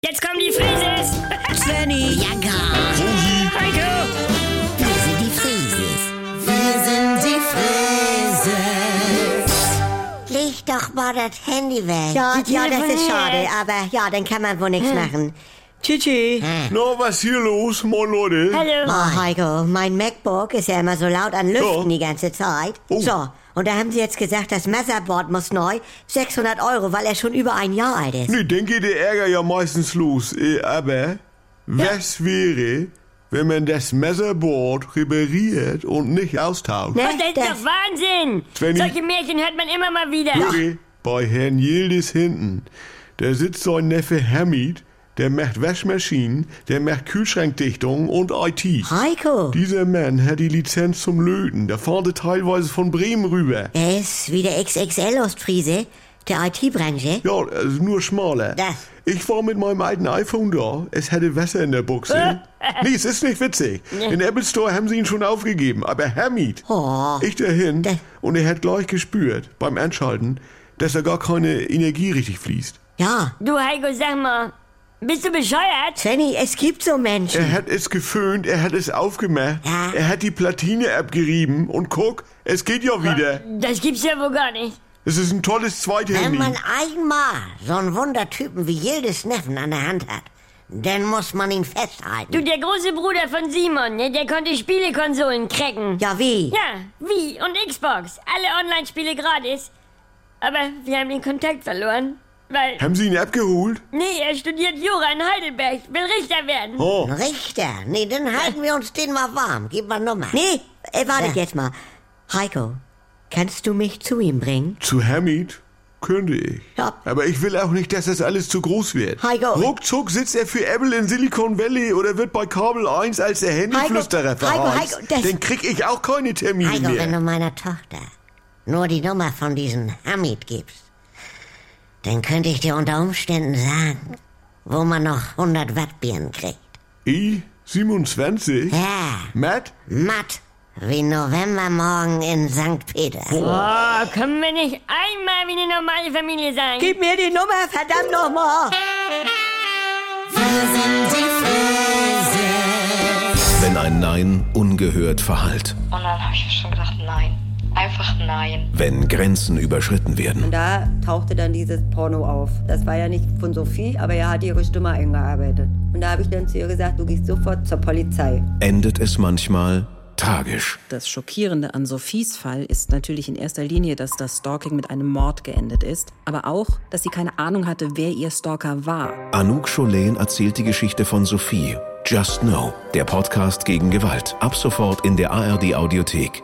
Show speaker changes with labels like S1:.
S1: Svenny,
S2: Jagger.
S3: Rosi,
S1: Heiko.
S2: Wir sind die Frieses. Wir sind die Frieses. Leg doch mal das Handy weg.
S4: Ja,
S2: Sie
S4: ja, das ist
S2: telefoniert.
S4: schade, aber ja, dann kann man wohl
S2: Hm.
S4: nichts machen.
S1: Tschüssi.
S3: na, was hier los, moin Leute?
S1: Hallo.
S4: Oh, Heiko, mein MacBook ist ja immer so laut an Lüften die ganze Zeit.
S3: Oh.
S4: So, und da haben sie jetzt gesagt, das Motherboard muss neu. 600 Euro, weil er schon über ein Jahr alt ist.
S3: Nee, dann geht der Ärger ja meistens los. Äh, aber was wäre, wenn man das Messerboard repariert und nicht austauscht?
S4: Ne?
S1: Das ist doch Wahnsinn.
S3: Svenny.
S1: Solche Märchen hört man immer mal wieder.
S3: Juri, bei Herrn Yildiz hinten, da sitzt sein Neffe Hamid, der macht Waschmaschinen, der macht Kühlschrankdichtungen und IT.
S4: Heiko,
S3: Dieser Mann hat die Lizenz zum Löten. Der fährt er teilweise von Bremen rüber.
S4: er ist wie der XXL-Ostfriese der IT-Branche.
S3: Ja, also nur schmaler.
S4: Das.
S3: Ich war mit meinem alten iPhone da. Es hatte Wasser in der Buchse. nee, es ist nicht witzig. Den Apple Store haben sie ihn schon aufgegeben. Aber Hamid,
S4: Oh.
S3: ich dahin
S4: Das-
S3: und er hat gleich gespürt beim Anschalten, dass da gar keine Energie richtig fließt.
S4: Ja,
S1: Du Heiko, sag mal, bist du bescheuert?
S4: Svenny, es gibt so Menschen.
S3: Er hat es geföhnt, er hat es aufgemacht,
S4: Ja.
S3: er hat die Platine abgerieben und guck, es geht ja wieder.
S1: Das gibt's ja wohl gar nicht.
S3: Es ist ein tolles
S4: Wenn
S3: Zweithandy.
S4: man einmal so einen Wundertypen wie Yildiz Neffen an der Hand hat, dann muss man ihn festhalten.
S1: Du, der große Bruder von Simon, ne, der konnte Spielekonsolen cracken.
S4: ja, wie?
S1: Ja, wie und Xbox. Alle Online-Spiele gratis. Aber wir haben den Kontakt verloren, weil...
S3: Haben sie ihn abgeholt?
S1: Nee, er studiert Jura in Heidelberg, will Richter werden.
S3: Oh.
S4: Ein Richter. Nee, dann halten wir uns den mal warm. Gib mal Nummer. Nee, äh, warte
S2: Ja.
S4: jetzt mal. Heiko, kannst du mich zu ihm bringen?
S3: Zu Hamid könnte ich.
S4: Ja.
S3: Aber ich will auch nicht, dass das alles zu groß wird.
S4: Heiko.
S3: Ruckzuck sitzt er für Apple in Silicon Valley oder wird bei Kabel 1 als der Handyflüsterer
S4: Heiko, Heiko,
S3: verheizt.
S4: Heiko, das-
S3: Dann krieg ich auch keine Termine
S4: Heiko, wenn
S3: mehr.
S4: du meiner Tochter nur die Nummer von diesem Hamid gibst, dann könnte ich dir unter Umständen sagen, wo man noch 100 Watt Birnen kriegt.
S3: I27?
S4: Ja,
S3: Matt?
S4: matt wie Novembermorgen in St. Peter.
S1: Oh, können wir nicht einmal wie eine normale Familie sein?
S4: Gib mir die Nummer, verdammt nochmal!
S2: Wir sind die Frieses.
S5: Wenn ein Nein ungehört verhallt.
S6: Und dann habe ich mir schon gedacht, nein. Einfach nein.
S5: Wenn Grenzen überschritten werden.
S7: Da tauchte dann dieses Porno auf. Das war ja nicht von Sophie, aber er hat ihre Stimme eingearbeitet. Und da habe ich dann zu ihr gesagt, du gehst sofort zur Polizei.
S5: Endet es manchmal tragisch.
S8: Das Schockierende an Sophies Fall ist natürlich in erster Linie, dass das Stalking mit einem Mord geendet ist, aber auch, dass sie keine Ahnung hatte, wer ihr Stalker war.
S5: Anouk Cholen erzählt die Geschichte von Sophie. Just Know, der Podcast gegen Gewalt. Ab sofort in der ARD Audiothek.